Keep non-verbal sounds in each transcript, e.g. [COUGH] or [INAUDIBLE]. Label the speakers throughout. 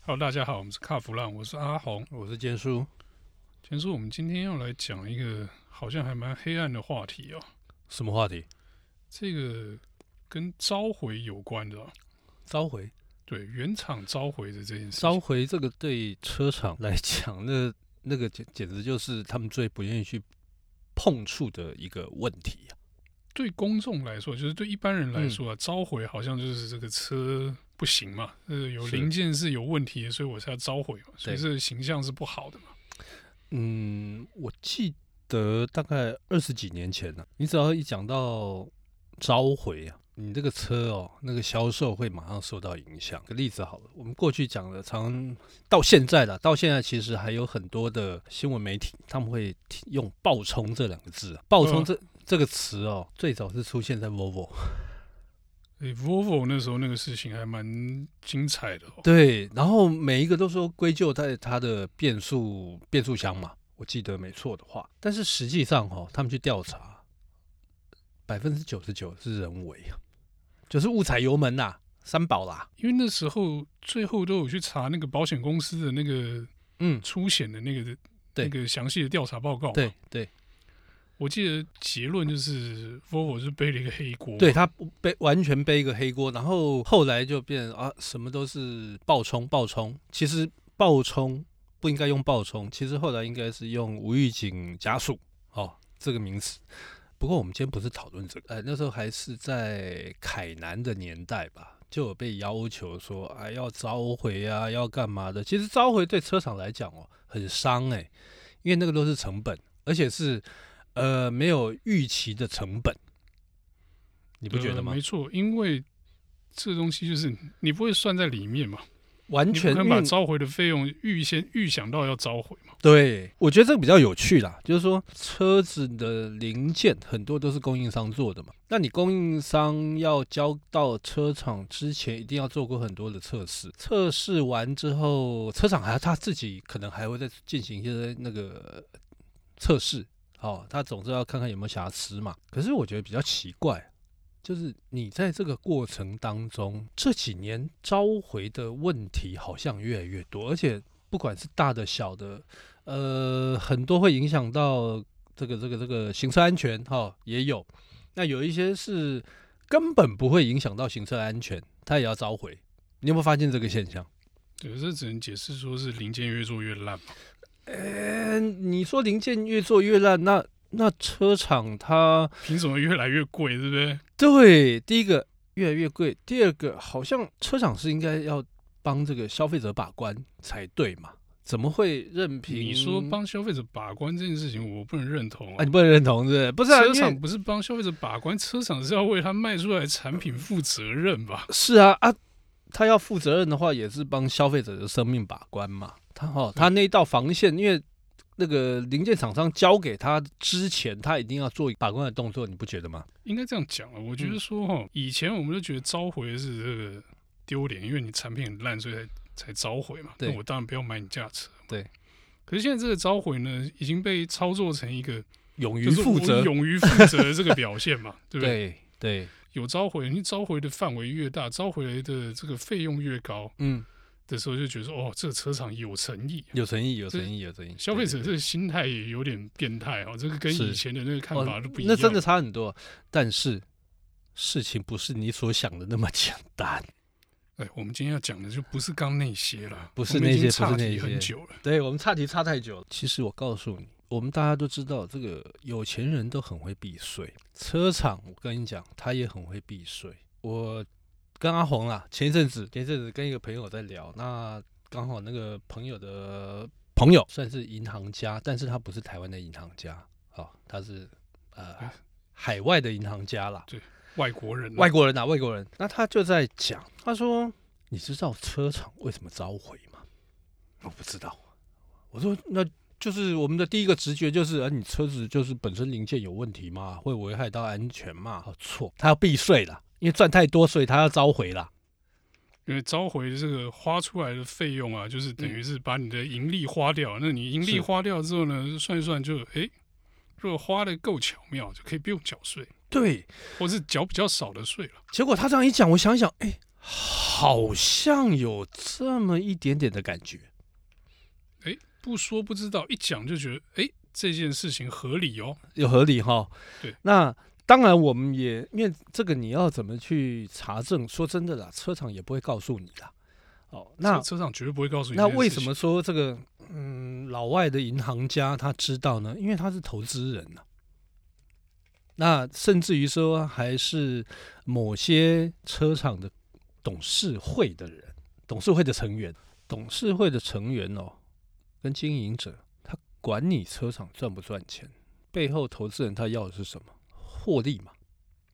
Speaker 1: Hello，大家好，我们是卡弗浪，我是阿红。
Speaker 2: 我是坚叔，
Speaker 1: 前叔，我们今天要来讲一个好像还蛮黑暗的话题哦，
Speaker 2: 什么话题？
Speaker 1: 这个跟召回有关的哦、
Speaker 2: 召回，
Speaker 1: 对原厂召回的这件事情。
Speaker 2: 召回这个对车厂来讲，那那个简简直就是他们最不愿意去碰触的一个问题啊。
Speaker 1: 对公众来说，就是对一般人来
Speaker 2: 嗯
Speaker 1: 说啊，召回好像就是这个车不行嘛，呃，有
Speaker 2: 是
Speaker 1: 零件是有问题的，所以我才要召回嘛，所以
Speaker 2: 对
Speaker 1: 这个形象是不好的嘛。
Speaker 2: 嗯，我记得大概二十几年前呢、你只要一讲到召回啊，你这个车哦，那个销售会马上受到影响。个例子好了，我们过去讲的，常到现在了，到现在其实还有很多的新闻媒体，他们会提用“爆冲”这两个字啊，“爆冲
Speaker 1: 嗯
Speaker 2: 这”这个词哦，最早是出现在 Volvo。
Speaker 1: 诶 v o l v o 那时候那个事情还蛮精彩的哦。
Speaker 2: 对，然后每一个都说归咎在它的变速变速箱嘛，我记得没错的话。但是实际上哦，他们去调查，百分之九十九是人为啊，就是误踩油门啦、三宝啦，
Speaker 1: 因为那时候最后都有去查那个保险公司的那个
Speaker 2: 嗯，
Speaker 1: 出险的那个
Speaker 2: 对
Speaker 1: 那个详细的调查报告。，
Speaker 2: 对对
Speaker 1: 我记得结论就是 Volvo 是背了一个黑锅。
Speaker 2: 对，，他背完全背一个黑锅，然后后来就变啊，什么都是爆冲爆冲，其实爆冲不应该用爆冲，其实后来应该是用无预警加速哦这个名词。不过我们今天不是讨论这个，呃，那时候还是在凯南的年代吧，就有被要求说啊要召回啊，要干嘛的。其实召回对车厂来讲哦很伤哎、因为那个都是成本，而且是呃没有预期的成本，
Speaker 1: 你
Speaker 2: 你不觉得吗
Speaker 1: 呃没？错，因为这东西就是你不会算在里面嘛，
Speaker 2: 完
Speaker 1: 你不
Speaker 2: 全
Speaker 1: 可能
Speaker 2: 因
Speaker 1: 把
Speaker 2: 为
Speaker 1: 召回的费用预先预想到要召回嘛。
Speaker 2: 对，我觉得这个比较有趣啦，就是说车子的零件很多都是供应商做的嘛，那你供应商要交到车厂之前，一定要做过很多的测试，测试完之后，车厂还他自己可能还会再进行一些那个呃测试，哦，他总是要看看有没有瑕疵嘛。可是我觉得比较奇怪。就是你在这个过程当中，这几年召回的问题好像越来越多，而且不管是大的小的，呃，很多会影响到这个这个这个行车安全哈、也有。那有一些是根本不会影响到行车安全，它也要召回。你有没有发现这个现象？
Speaker 1: 对，这只能解释说是零件越做越烂嘛。
Speaker 2: 嗯，你说零件越做越烂，那那车厂它
Speaker 1: 凭什么越来越贵，对不对？
Speaker 2: 对第一个越来越贵，第二个好像车厂是应该要帮这个消费者把关才对嘛？怎么会任凭
Speaker 1: 你说帮消费者把关这件事情，我不能认同
Speaker 2: 啊？你不能认同是不是？不是、啊、
Speaker 1: 车
Speaker 2: 因为
Speaker 1: 厂不是帮消费者把关，车厂是要为他卖出来的产品负责任吧？
Speaker 2: 是啊啊，他要负责任的话，也是帮消费者的生命把关嘛。他
Speaker 1: 嗯
Speaker 2: 哦，他那一道防线，因为那个零件厂商交给他之前，他一定要做把关的动作，你不觉得吗？
Speaker 1: 应该这样讲啊了。我觉
Speaker 2: 嗯
Speaker 1: 得说哈，以前我们就觉得召回是这个丢脸，因为你产品很烂，所以才才召回嘛。
Speaker 2: 对
Speaker 1: 那我当然不要买你家车。
Speaker 2: 对。
Speaker 1: 可是现在这个召回呢，已经被操作成一个
Speaker 2: 勇于
Speaker 1: 就是
Speaker 2: 负
Speaker 1: 我
Speaker 2: 责，
Speaker 1: 勇于负责的这个表现
Speaker 2: [LAUGHS]
Speaker 1: 嘛，对不对？
Speaker 2: 对对，
Speaker 1: 有召回，你召回的范围越大，召回的这个费用越高
Speaker 2: 嗯，
Speaker 1: 的时候，就觉得说哦，这个车厂有诚意。
Speaker 2: 有诚意，有
Speaker 1: 这
Speaker 2: 诚意，有诚意。
Speaker 1: 消费者
Speaker 2: 对
Speaker 1: 这个心态也有点变态哦，这个跟
Speaker 2: 是哦
Speaker 1: 以前的那个看法都不一样。
Speaker 2: 那真的差很多，但是事情不是你所想的那么简单。
Speaker 1: 哎，我们今天要讲的就不是刚那些了，
Speaker 2: 不是
Speaker 1: 我们已经
Speaker 2: 那些
Speaker 1: 岔
Speaker 2: 不是那
Speaker 1: 题
Speaker 2: 些
Speaker 1: 很久了。
Speaker 2: 对我们差题差太久了。其实我告诉你，我们大家都知道，这个有钱人都很会避税，车厂我跟你讲，他也很会避税。我跟阿红啦，前一阵子前一阵子跟一个朋友在聊，那刚好那个朋友的朋友算是银行家，但是他不是台湾的银行家，哦，他是呃
Speaker 1: 哎
Speaker 2: 海外的银行家啦。
Speaker 1: 外国人啊，
Speaker 2: 外国人啊，外国人。那他就在讲，他说：“你知道车厂为什么召回吗？”我不知道。我说：“那就是我们的第一个直觉就是，啊，你车子就是本身零件有问题嘛，会危害到安全嘛？哦错，他要避税啦，因为赚太多，所以他要召回啦。
Speaker 1: 因为召回这个花出来的费用啊，就是等于是把你的盈利花掉。那你盈利
Speaker 2: 嗯是
Speaker 1: 花掉之后呢，算一算就哎，如果花的够巧妙，就可以不用缴税，
Speaker 2: 对，
Speaker 1: 或是缴比较少的税了。
Speaker 2: 结果他这样一讲，我想一想，哎，好像有这么一点点的感觉。
Speaker 1: 不说不知道，一讲就觉得，哎、这件事情合理哦。
Speaker 2: 有合理哈。
Speaker 1: 对，
Speaker 2: 那当然我们也因为这个你要怎么去查证？说真的啦，车厂也不会告诉你啦。哦，那
Speaker 1: 车车上绝对不会告诉你这
Speaker 2: 那
Speaker 1: 件事情。
Speaker 2: 为什么说这个嗯老外的银行家他知道呢？因为他是投资人呐、那甚至于说还是某些车厂的董事会的人，董事会的成员，董事会的成员哦，跟经营者，他管你车厂赚不赚钱，背后投资人他要的是什么？获利嘛，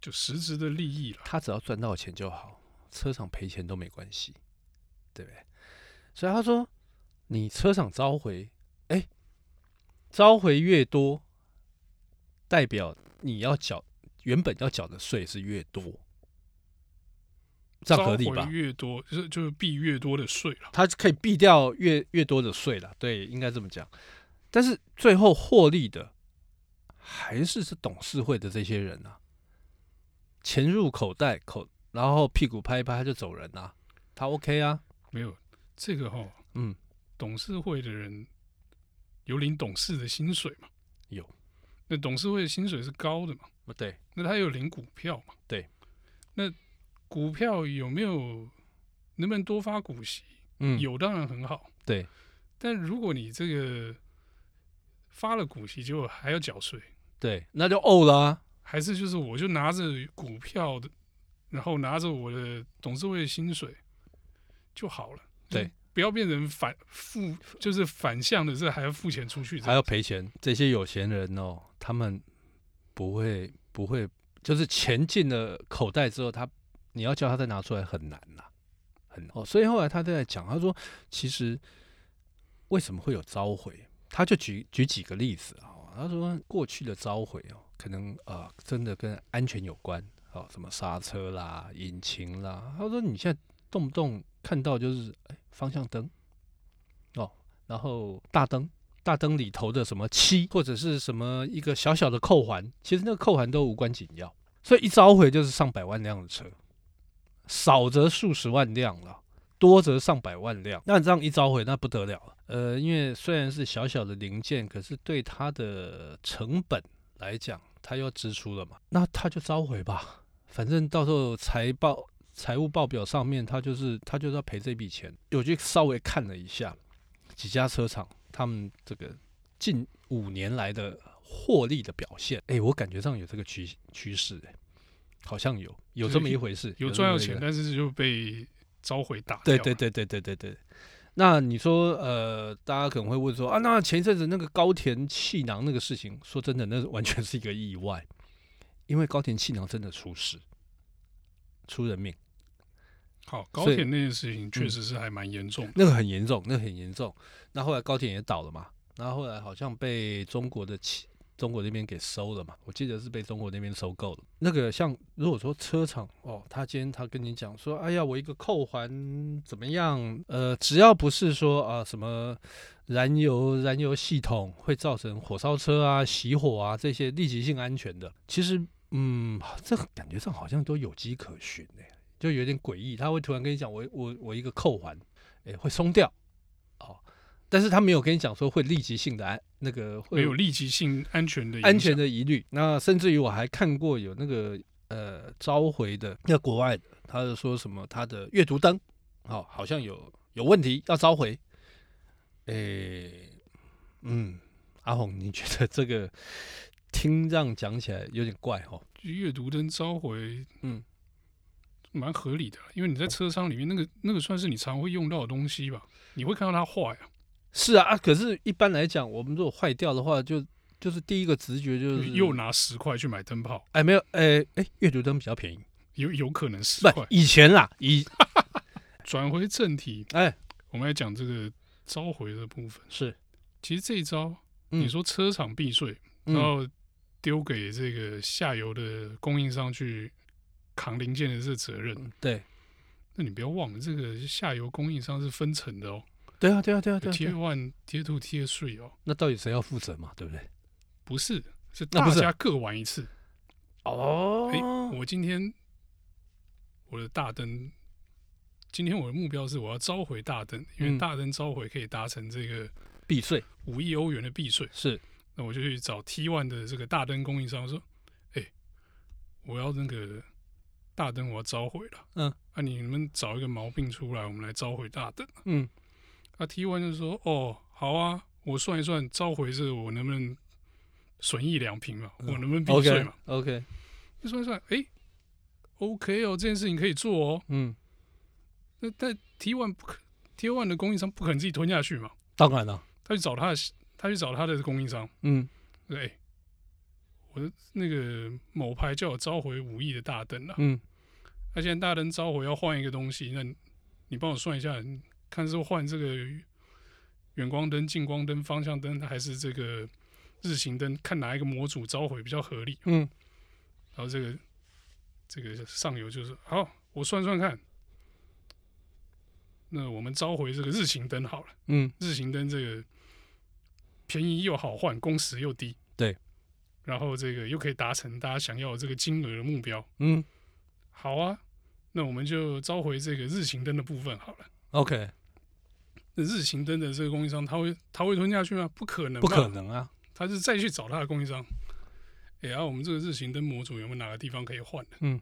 Speaker 1: 就实质的利益了？
Speaker 2: 他只要赚到钱就好，车厂赔钱都没关系，对不对？所以他说，你车厂召回，哎，召回越多，代表你要缴原本要缴的税是越多，这样合理
Speaker 1: 召
Speaker 2: 吧
Speaker 1: 回？越多，就是就是避越多的税了。
Speaker 2: 它可以避掉越越多的税了，对，应该这么讲。但是最后获利的还是是董事会的这些人啊，钱入口袋口，然后屁股拍一拍他就走人啊，他 OK 啊，
Speaker 1: 没有这个哈，
Speaker 2: 嗯，
Speaker 1: 董事会的人有领董事的薪水嘛？
Speaker 2: 有。
Speaker 1: 那董事会的薪水是高的嘛？
Speaker 2: 不对，
Speaker 1: 那他有领股票嘛？
Speaker 2: 对。
Speaker 1: 那股票有没有能不能多发股息？
Speaker 2: 嗯，
Speaker 1: 有当然很好，
Speaker 2: 对，
Speaker 1: 但如果你这个发了股息，结果还要缴税，
Speaker 2: 对，那就哦了、啊，
Speaker 1: 还是就是我就拿着股票的，然后拿着我的董事会的薪水就好了。
Speaker 2: 对
Speaker 1: 嗯，不要变成反付，就是反向的，这还要付钱出去这
Speaker 2: 还
Speaker 1: 样。
Speaker 2: 要赔钱。这些有钱人哦，他们不会不会，就是钱进了口袋之后，他你要叫他再拿出来很难呐、很难哦。所以后来他就在讲，他说其实为什么会有召回？他就举举几个例子啊、哦，他说过去的召回哦，可能呃真的跟安全有关哦，什么刹车啦、引擎啦。他说你现在动不动看到就是哎方向灯哦，然后大灯。大灯里头的什么漆，或者是什么一个小小的扣环，其实那个扣环都无关紧要，所以一召回就是上百万辆的车，少则数十万辆了，多则上百万辆。那这样一召回，那不得了了。呃，因为虽然是小小的零件，可是对它的成本来讲，它要支出了嘛，那它就召回吧，反正到时候财报。财务报表上面，它就是它就是要赔这笔钱。我去稍微看了一下，几家车厂他们这个近五年来的获利的表现，哎、我感觉上有这个趋趋势、哎，好像有有这么一回事，
Speaker 1: 有
Speaker 2: 这
Speaker 1: 赚
Speaker 2: 么
Speaker 1: 到
Speaker 2: 一回
Speaker 1: 钱，但是就被召回打掉
Speaker 2: 对
Speaker 1: 了。
Speaker 2: 对对对对对对。那你说，呃，大家可能会问说啊，那前一阵子那个高田气囊那个事情，说真的，那完全是一个意外，因为高田气囊真的出事，出人命，
Speaker 1: 好，高
Speaker 2: 所以嗯
Speaker 1: 铁那件事情确实是还蛮严重的。
Speaker 2: 那个很严重，那个很严重。那后来高铁也倒了嘛，那后来好像被中国的企中国那边给收了嘛，我记得是被中国那边收购了。那个像如果说车厂哦，他今天他跟你讲说，哎呀，我一个扣环怎么样？呃，只要不是说啊、什么燃油燃油系统会造成火烧车啊、熄火啊这些立即性安全的，其实嗯，这感觉上好像都有迹可循哎、就有点诡异，他会突然跟你讲，我我我一个扣环，诶、会松掉，哦，但是他没有跟你讲说会立即性的安那个会
Speaker 1: 没有立即性安全的影响
Speaker 2: 安全的疑虑。那甚至于我还看过有那个呃召回的，那国外的，他就说什么他的阅读灯，哦，好像有有问题要召回。诶、嗯，阿红，你觉得这个听这样讲起来有点怪哦？
Speaker 1: 阅读灯召回，
Speaker 2: 嗯，
Speaker 1: 蛮合理的啦，因为你在车商里面，那个那个算是你常会用到的东西吧，你会看到它坏啊，
Speaker 2: 是啊，啊，可是一般来讲，我们如果坏掉的话，就就是第一个直觉就是
Speaker 1: 又拿十块去买灯泡，
Speaker 2: 哎没有哎哎阅读灯比较便宜，
Speaker 1: 有有可能十
Speaker 2: 不
Speaker 1: 块。
Speaker 2: 以前啦，以
Speaker 1: 转回正题，
Speaker 2: 哎
Speaker 1: 我们来讲这个召回的部分。
Speaker 2: 是
Speaker 1: 其实这一招，
Speaker 2: 嗯
Speaker 1: 你说车厂避税，然
Speaker 2: 嗯
Speaker 1: 后丢给这个下游的供应商去扛零件的这责任，
Speaker 2: 嗯对
Speaker 1: 那你不要忘了，这个下游供应商是分层的哦，
Speaker 2: 对啊对啊对
Speaker 1: 有
Speaker 2: 啊对啊对
Speaker 1: 贴
Speaker 2: 啊，
Speaker 1: one、贴 two、贴 three 哦。
Speaker 2: 那到底谁要负责嘛？对不对？
Speaker 1: 不是，是
Speaker 2: 那
Speaker 1: 大
Speaker 2: 不是
Speaker 1: 家各玩一次。
Speaker 2: 哦
Speaker 1: 我今天我的大灯今天我的目标是我要召回大灯，因
Speaker 2: 嗯
Speaker 1: 为大灯召回可以达成这个
Speaker 2: 避税
Speaker 1: 五亿欧元的避税。
Speaker 2: 是
Speaker 1: 那我就去找 T One 的这个大灯供应商说：“哎、我要那个大灯，我要召回了。
Speaker 2: 嗯，
Speaker 1: 啊，你们找一个毛病出来，我们来召回大灯。
Speaker 2: 嗯”
Speaker 1: 啊，T One 就说：“哦，好啊，我算一算召回这个我能不能损益两平嘛，
Speaker 2: 嗯
Speaker 1: 我能不能避税
Speaker 2: ，OK
Speaker 1: 嘛？
Speaker 2: OK，
Speaker 1: 一算一算，哎、o k 哦，这件事情可以做哦。
Speaker 2: 嗯，
Speaker 1: 那但 T One 不可，T One 的供应商不可能自己吞下去嘛，
Speaker 2: 当然了，
Speaker 1: 他去找他的，他去找他的供应商。”
Speaker 2: 嗯
Speaker 1: 对，哎我的那个某牌叫我召回五亿的大灯了，
Speaker 2: 嗯
Speaker 1: 那、现在大灯召回要换一个东西，那你你帮我算一下，你看是换这个远光灯、近光灯、方向灯，还是这个日行灯，看哪一个模组召回比较合理。
Speaker 2: 嗯，
Speaker 1: 然后这个这个上游就是好，我算算看。那我们召回这个日行灯好了。
Speaker 2: 嗯
Speaker 1: 日行灯这个便宜又好换，工时又低，
Speaker 2: 对，
Speaker 1: 然后这个又可以达成大家想要的这个金额的目标。
Speaker 2: 嗯
Speaker 1: 好啊，那我们就召回这个日行灯的部分好了。
Speaker 2: ，OK，
Speaker 1: 那日行灯的这个供应商，他会他会吞下去吗？不可能，
Speaker 2: 不可，能啊，
Speaker 1: 他是再去找他的供应商。哎、呀、啊，我们这个日行灯模组有没有哪个地方可以换的？
Speaker 2: 嗯，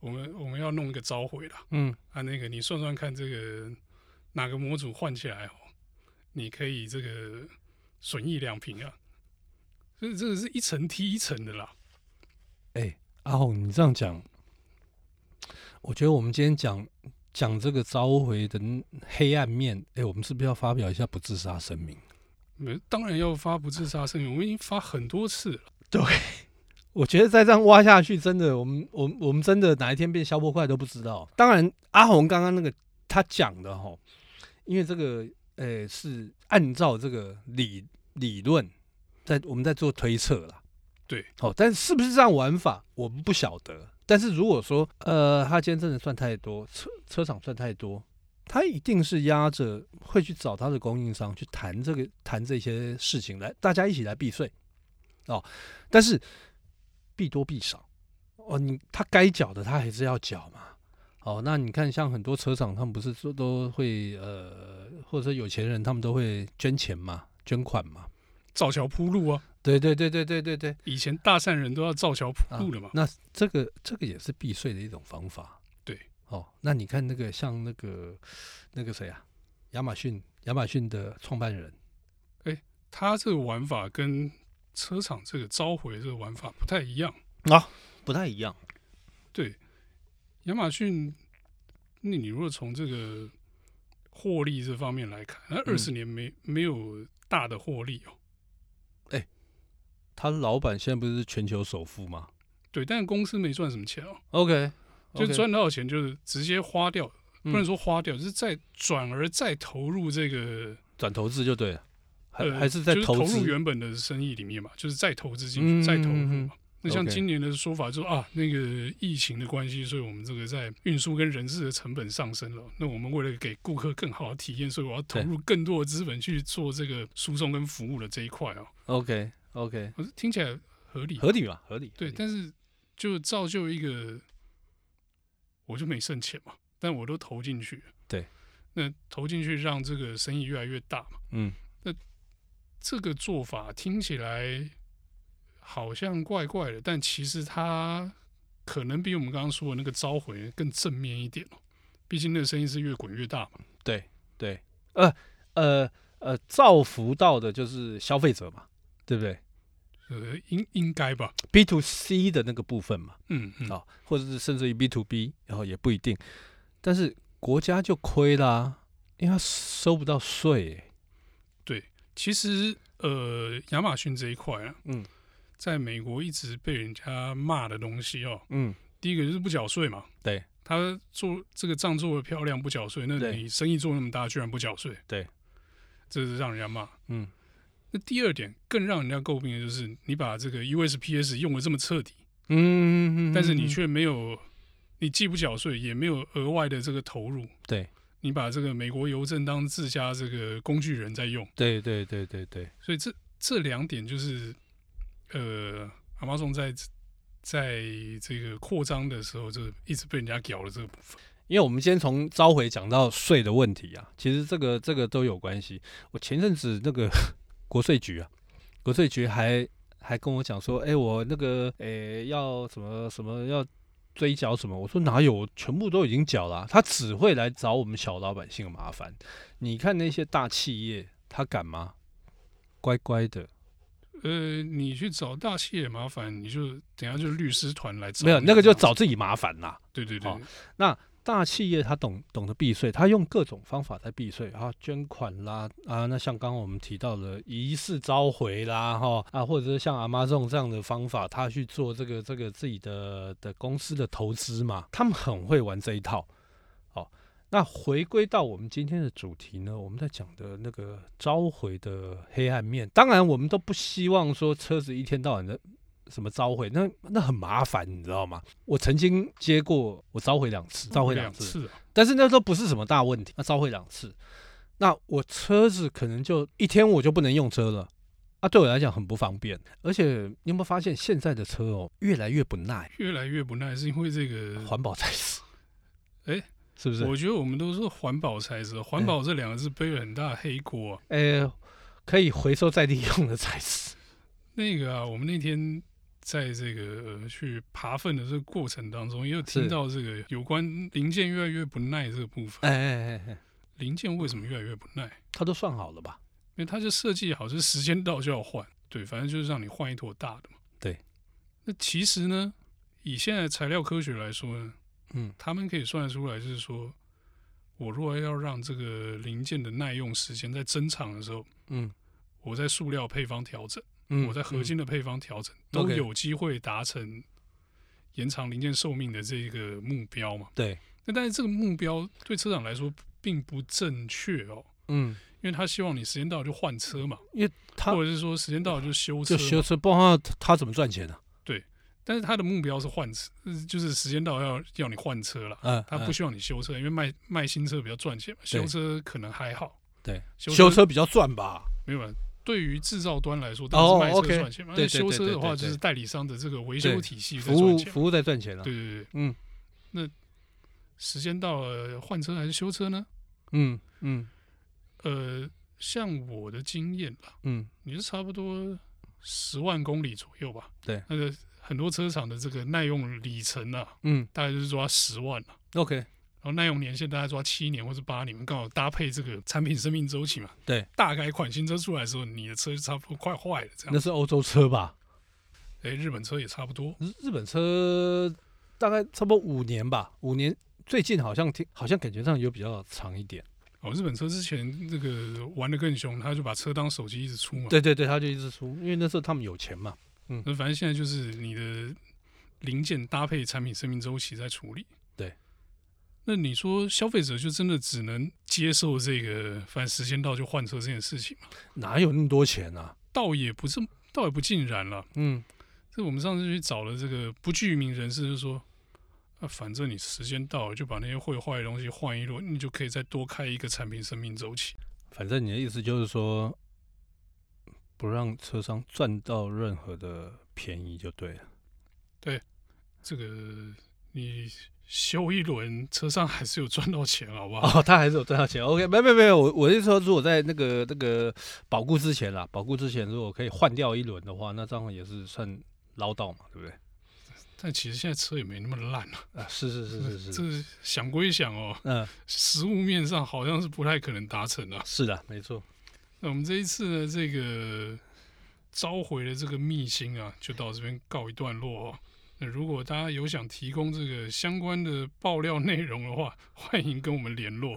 Speaker 1: 我们我们要弄一个召回啦。
Speaker 2: 嗯
Speaker 1: 啊，那个你算算看，这个哪个模组换起来哦，你可以这个损益两平啊。所以这个是一层踢一层的啦。
Speaker 2: 阿红，你这样讲，我觉得我们今天讲讲这个召回的黑暗面，哎，我们是不是要发表一下不自杀声明？
Speaker 1: 没，当然要发不自杀声明，我们已经发很多次了。
Speaker 2: 我觉得再这样挖下去，真的，我们我们我们真的哪一天变消波块都不知道。当然，阿红刚刚那个他讲的哈，因为这个呃是按照这个理理论在我们在做推测啦。
Speaker 1: 对，
Speaker 2: 好、但是不是这样玩法，我们不晓得。但是如果说呃，他今天真的算太多，车车厂算太多，他一定是压着会去找他的供应商去谈这个谈这些事情来，大家一起来避税哦。但是必多必少哦，你他该缴的他还是要缴嘛。哦，那你看，像很多车厂，他们不是说都会呃，或者说有钱人他们都会捐钱嘛，捐款嘛。
Speaker 1: 造桥铺路啊，
Speaker 2: 对对对对对对对，
Speaker 1: 以前大善人都要造桥铺
Speaker 2: 啊
Speaker 1: 路的嘛。
Speaker 2: 那这个这个也是避税的一种方法。
Speaker 1: 对，
Speaker 2: 哦，那你看那个像那个那个谁啊，亚马逊亚马逊的创办人，
Speaker 1: 他这个玩法跟车厂这个召回这个玩法不太一样。
Speaker 2: 不太一样。
Speaker 1: 亚马逊，那你如果从这个获利这方面来看，那二十年没、没有大的获利哦。
Speaker 2: 他老板现在不是全球首富吗
Speaker 1: 对，但公司没赚什么钱哦。
Speaker 2: ？OK，
Speaker 1: [LAUGHS] 就赚到的钱就是直接花掉，
Speaker 2: 嗯
Speaker 1: 不能说花掉，就是再转而再投入这个，
Speaker 2: 转投资就对了，还、
Speaker 1: 呃，
Speaker 2: 还是在
Speaker 1: 就
Speaker 2: 投
Speaker 1: 投
Speaker 2: 资。
Speaker 1: 入原本的生意里面嘛，就是再投资进
Speaker 2: 嗯
Speaker 1: 去，再投
Speaker 2: 嗯
Speaker 1: 入
Speaker 2: 嗯
Speaker 1: 嘛。那像
Speaker 2: OK
Speaker 1: 今年的说法就是啊，那个疫情的关系，所以我们这个在运输跟人事的成本上升了。那我们为了给顾客更好的体验，所以我要投
Speaker 2: 对
Speaker 1: 入更多的资本去做这个输送跟服务的这一块啊。
Speaker 2: OK OK，
Speaker 1: 我是听起来合理，
Speaker 2: 合理嘛，合理。
Speaker 1: 对，
Speaker 2: 合理
Speaker 1: 但是就造就一个，我就没剩钱嘛，但我都投进去了。
Speaker 2: 对，
Speaker 1: 那投进去让这个生意越来越大嘛，
Speaker 2: 嗯，
Speaker 1: 这个做法听起来好像怪怪的，但其实它可能比我们刚刚说的那个召回更正面一点哦。毕竟那个生意是越滚越大嘛。
Speaker 2: 对对，呃呃呃，造福到的就是消费者嘛，对不对
Speaker 1: 呃，应应该吧，
Speaker 2: ？B to C 的那个部分嘛，
Speaker 1: 嗯嗯，
Speaker 2: 啊，或者是甚至于 B to B，然后也不一定，但是国家就亏啦、因为他收不到税、欸。
Speaker 1: 其实呃，亚马逊这一块啊，
Speaker 2: 嗯，
Speaker 1: 在美国一直被人家骂的东西哦，
Speaker 2: 嗯，
Speaker 1: 第一个就是不缴税嘛，
Speaker 2: 对，
Speaker 1: 他做这个账做的漂亮不缴税，那
Speaker 2: 对
Speaker 1: 你生意做那么大居然不缴税，
Speaker 2: 对，
Speaker 1: 这是让人家骂。
Speaker 2: 嗯，
Speaker 1: 那第二点更让人家诟病的就是你把这个 USPS 用的这么彻底，
Speaker 2: 嗯，
Speaker 1: 但是
Speaker 2: 嗯
Speaker 1: 你
Speaker 2: 嗯
Speaker 1: 却没有，你既不缴税，也没有额外的这个投入，
Speaker 2: 对
Speaker 1: 你把这个美国邮政当自家这个工具人在用，
Speaker 2: 对对对对对，
Speaker 1: 所以这这两点就是，呃，阿妈松在在这个扩张的时候，就一直被人家屌的这个部分。
Speaker 2: 因为我们先从召回讲到税的问题啊，其实这个这个都有关系。我前阵子那个 [LAUGHS] 国税局啊，国税局还还跟我讲说，哎、我那个哎、要什么什么要追缴什么，我说哪有，我全部都已经缴了啊、他只会来找我们小老百姓麻烦。你看那些大企业，他敢吗？乖乖的，
Speaker 1: 呃，你去找大企业麻烦，你就等一下就律师团来找你。
Speaker 2: 没有那个就
Speaker 1: 这样
Speaker 2: 找自哦己麻烦啦。
Speaker 1: 子。对对对
Speaker 2: 好，大企业他懂懂得避税，他用各种方法在避税啊，捐款啦啊，那像刚刚我们提到的疑似召回啦哈啊，或者是像阿妈这种这样的方法，他去做这个这个自己的的公司的投资嘛，他们很会玩这一套。好，那回归到我们今天的主题呢，我们在讲的那个召回的黑暗面，当然我们都不希望说车子一天到晚的。什么召回？那那很麻烦，你知道吗？我曾经接过，我召回两次，召回两
Speaker 1: 两
Speaker 2: 次，
Speaker 1: 次啊，
Speaker 2: 但是那都不是什么大问题，那召回两次，那我车子可能就一天我就不能用车了，啊，对我来讲很不方便。而且你有没有发现现在的车哦越来越不耐，
Speaker 1: 越来越不耐，是因为这个
Speaker 2: 环保才是，
Speaker 1: 哎
Speaker 2: 是不是？
Speaker 1: 嗯
Speaker 2: 嗯
Speaker 1: 我觉得我们都是环保材质，环保这两个字背了很大的黑锅、啊。
Speaker 2: 呃，可以回收再利用的材质，
Speaker 1: 那个啊，我们那天在这个、呃、去爬粪的这个过程当中，也有听
Speaker 2: 是
Speaker 1: 到这个有关零件越来越不耐这个部分。
Speaker 2: 哎哎哎哎，
Speaker 1: 零件为什么越来越不耐？
Speaker 2: 它都算好了吧？
Speaker 1: 因为它就设计好，是时间到就要换。对，反正就是让你换一坨大的嘛。
Speaker 2: 对。
Speaker 1: 那其实呢，以现在材料科学来说呢，
Speaker 2: 嗯，
Speaker 1: 他们可以算得出来，就是说我如果要让这个零件的耐用时间在增长的时候，
Speaker 2: 嗯
Speaker 1: 我在塑料配方调整。
Speaker 2: 嗯，
Speaker 1: 我在合金的配方调整，都
Speaker 2: OK
Speaker 1: 有机会达成延长零件寿命的这个目标嘛。
Speaker 2: 嗯对，
Speaker 1: 那但是这个目标对车厂来说并不正确哦，
Speaker 2: 嗯，
Speaker 1: 因为他希望你时间到了就换车嘛，
Speaker 2: 因为他
Speaker 1: 或者是说时间到了就修车
Speaker 2: 就
Speaker 1: 嘛。
Speaker 2: 修车，不然他他怎么赚钱啊呢、
Speaker 1: 但是他的目标是换车，呃就是时间到要要你换车了。
Speaker 2: 嗯，
Speaker 1: 他不
Speaker 2: 嗯
Speaker 1: 希望你修车，因为卖卖新车比较赚钱嘛，修车可能还好。
Speaker 2: 对
Speaker 1: 修
Speaker 2: 修
Speaker 1: 车
Speaker 2: 车比较赚吧？
Speaker 1: 没有啊。对于制造端来说，当然是
Speaker 2: 哦
Speaker 1: 卖
Speaker 2: ，OK，
Speaker 1: 车赚钱嘛。
Speaker 2: 对
Speaker 1: 那
Speaker 2: 对
Speaker 1: 修车
Speaker 2: 对对
Speaker 1: 的话，
Speaker 2: 对
Speaker 1: 就是
Speaker 2: 对
Speaker 1: 代理商的这个维修
Speaker 2: 对
Speaker 1: 体系在
Speaker 2: 服
Speaker 1: 赚
Speaker 2: 务
Speaker 1: 钱嘛。
Speaker 2: 服务在赚钱了、
Speaker 1: 对对对，
Speaker 2: 嗯
Speaker 1: 那时间到了，换车还是修车呢？
Speaker 2: 嗯嗯
Speaker 1: 呃，像我的经验啦，
Speaker 2: 嗯，
Speaker 1: 你是差不多十万公里左右吧？
Speaker 2: 对，
Speaker 1: 那个很多车厂的这个耐用里程啊，
Speaker 2: 嗯
Speaker 1: 大概就是抓十万了、
Speaker 2: ，OK，
Speaker 1: 然后耐用年限大概抓七年或是八年，刚好搭配这个产品生命周期嘛。
Speaker 2: 对，
Speaker 1: 大改款新车出来的时候，你的车就差不多快坏了这
Speaker 2: 那
Speaker 1: 样。
Speaker 2: 是欧洲车吧？
Speaker 1: 哎，日本车也差不多，
Speaker 2: 日日本车大概差不多五年吧，五年最近好像听好像感觉上有比较长一点。
Speaker 1: 哦，日本车之前那个玩的更凶，他就把车当手机一直出嘛。
Speaker 2: 对对对，他就一直出，因为那时候他们有钱嘛。
Speaker 1: 那反正现在就是你的零件搭配产品生命周期在处理。
Speaker 2: 对。
Speaker 1: 那你说消费者就真的只能接受这个，反正时间到就换车这件事情嘛？
Speaker 2: 哪有那么多钱啊？
Speaker 1: 倒也不是，倒也不尽然了。
Speaker 2: 嗯，
Speaker 1: 这我们上次去找了这个不具名人士，就说啊，反正你时间到了就把那些会坏的东西换一轮，你就可以再多开一个产品生命周期。
Speaker 2: 反正你的意思就是说，不让车商赚到任何的便宜就对了。
Speaker 1: 这个你修一轮，车上还是有赚到钱，好不好？
Speaker 2: 哦，他还是有赚到钱。OK，没没没有，我我是说，如果在那个那个保固之前啦，保固之前如果可以换掉一轮的话，那这样也是算捞到嘛，对不对？
Speaker 1: 但其实现在车也没那么烂了、
Speaker 2: 啊，是是是是是，
Speaker 1: 这想归想哦，
Speaker 2: 嗯、
Speaker 1: 实物面上好像是不太可能达成啊。
Speaker 2: 是的，没错。
Speaker 1: 那我们这一次呢，这个召回的这个秘辛啊，就到这边告一段落哦。那如果大家有想提供这个相关的爆料内容的话，欢迎跟我们联络。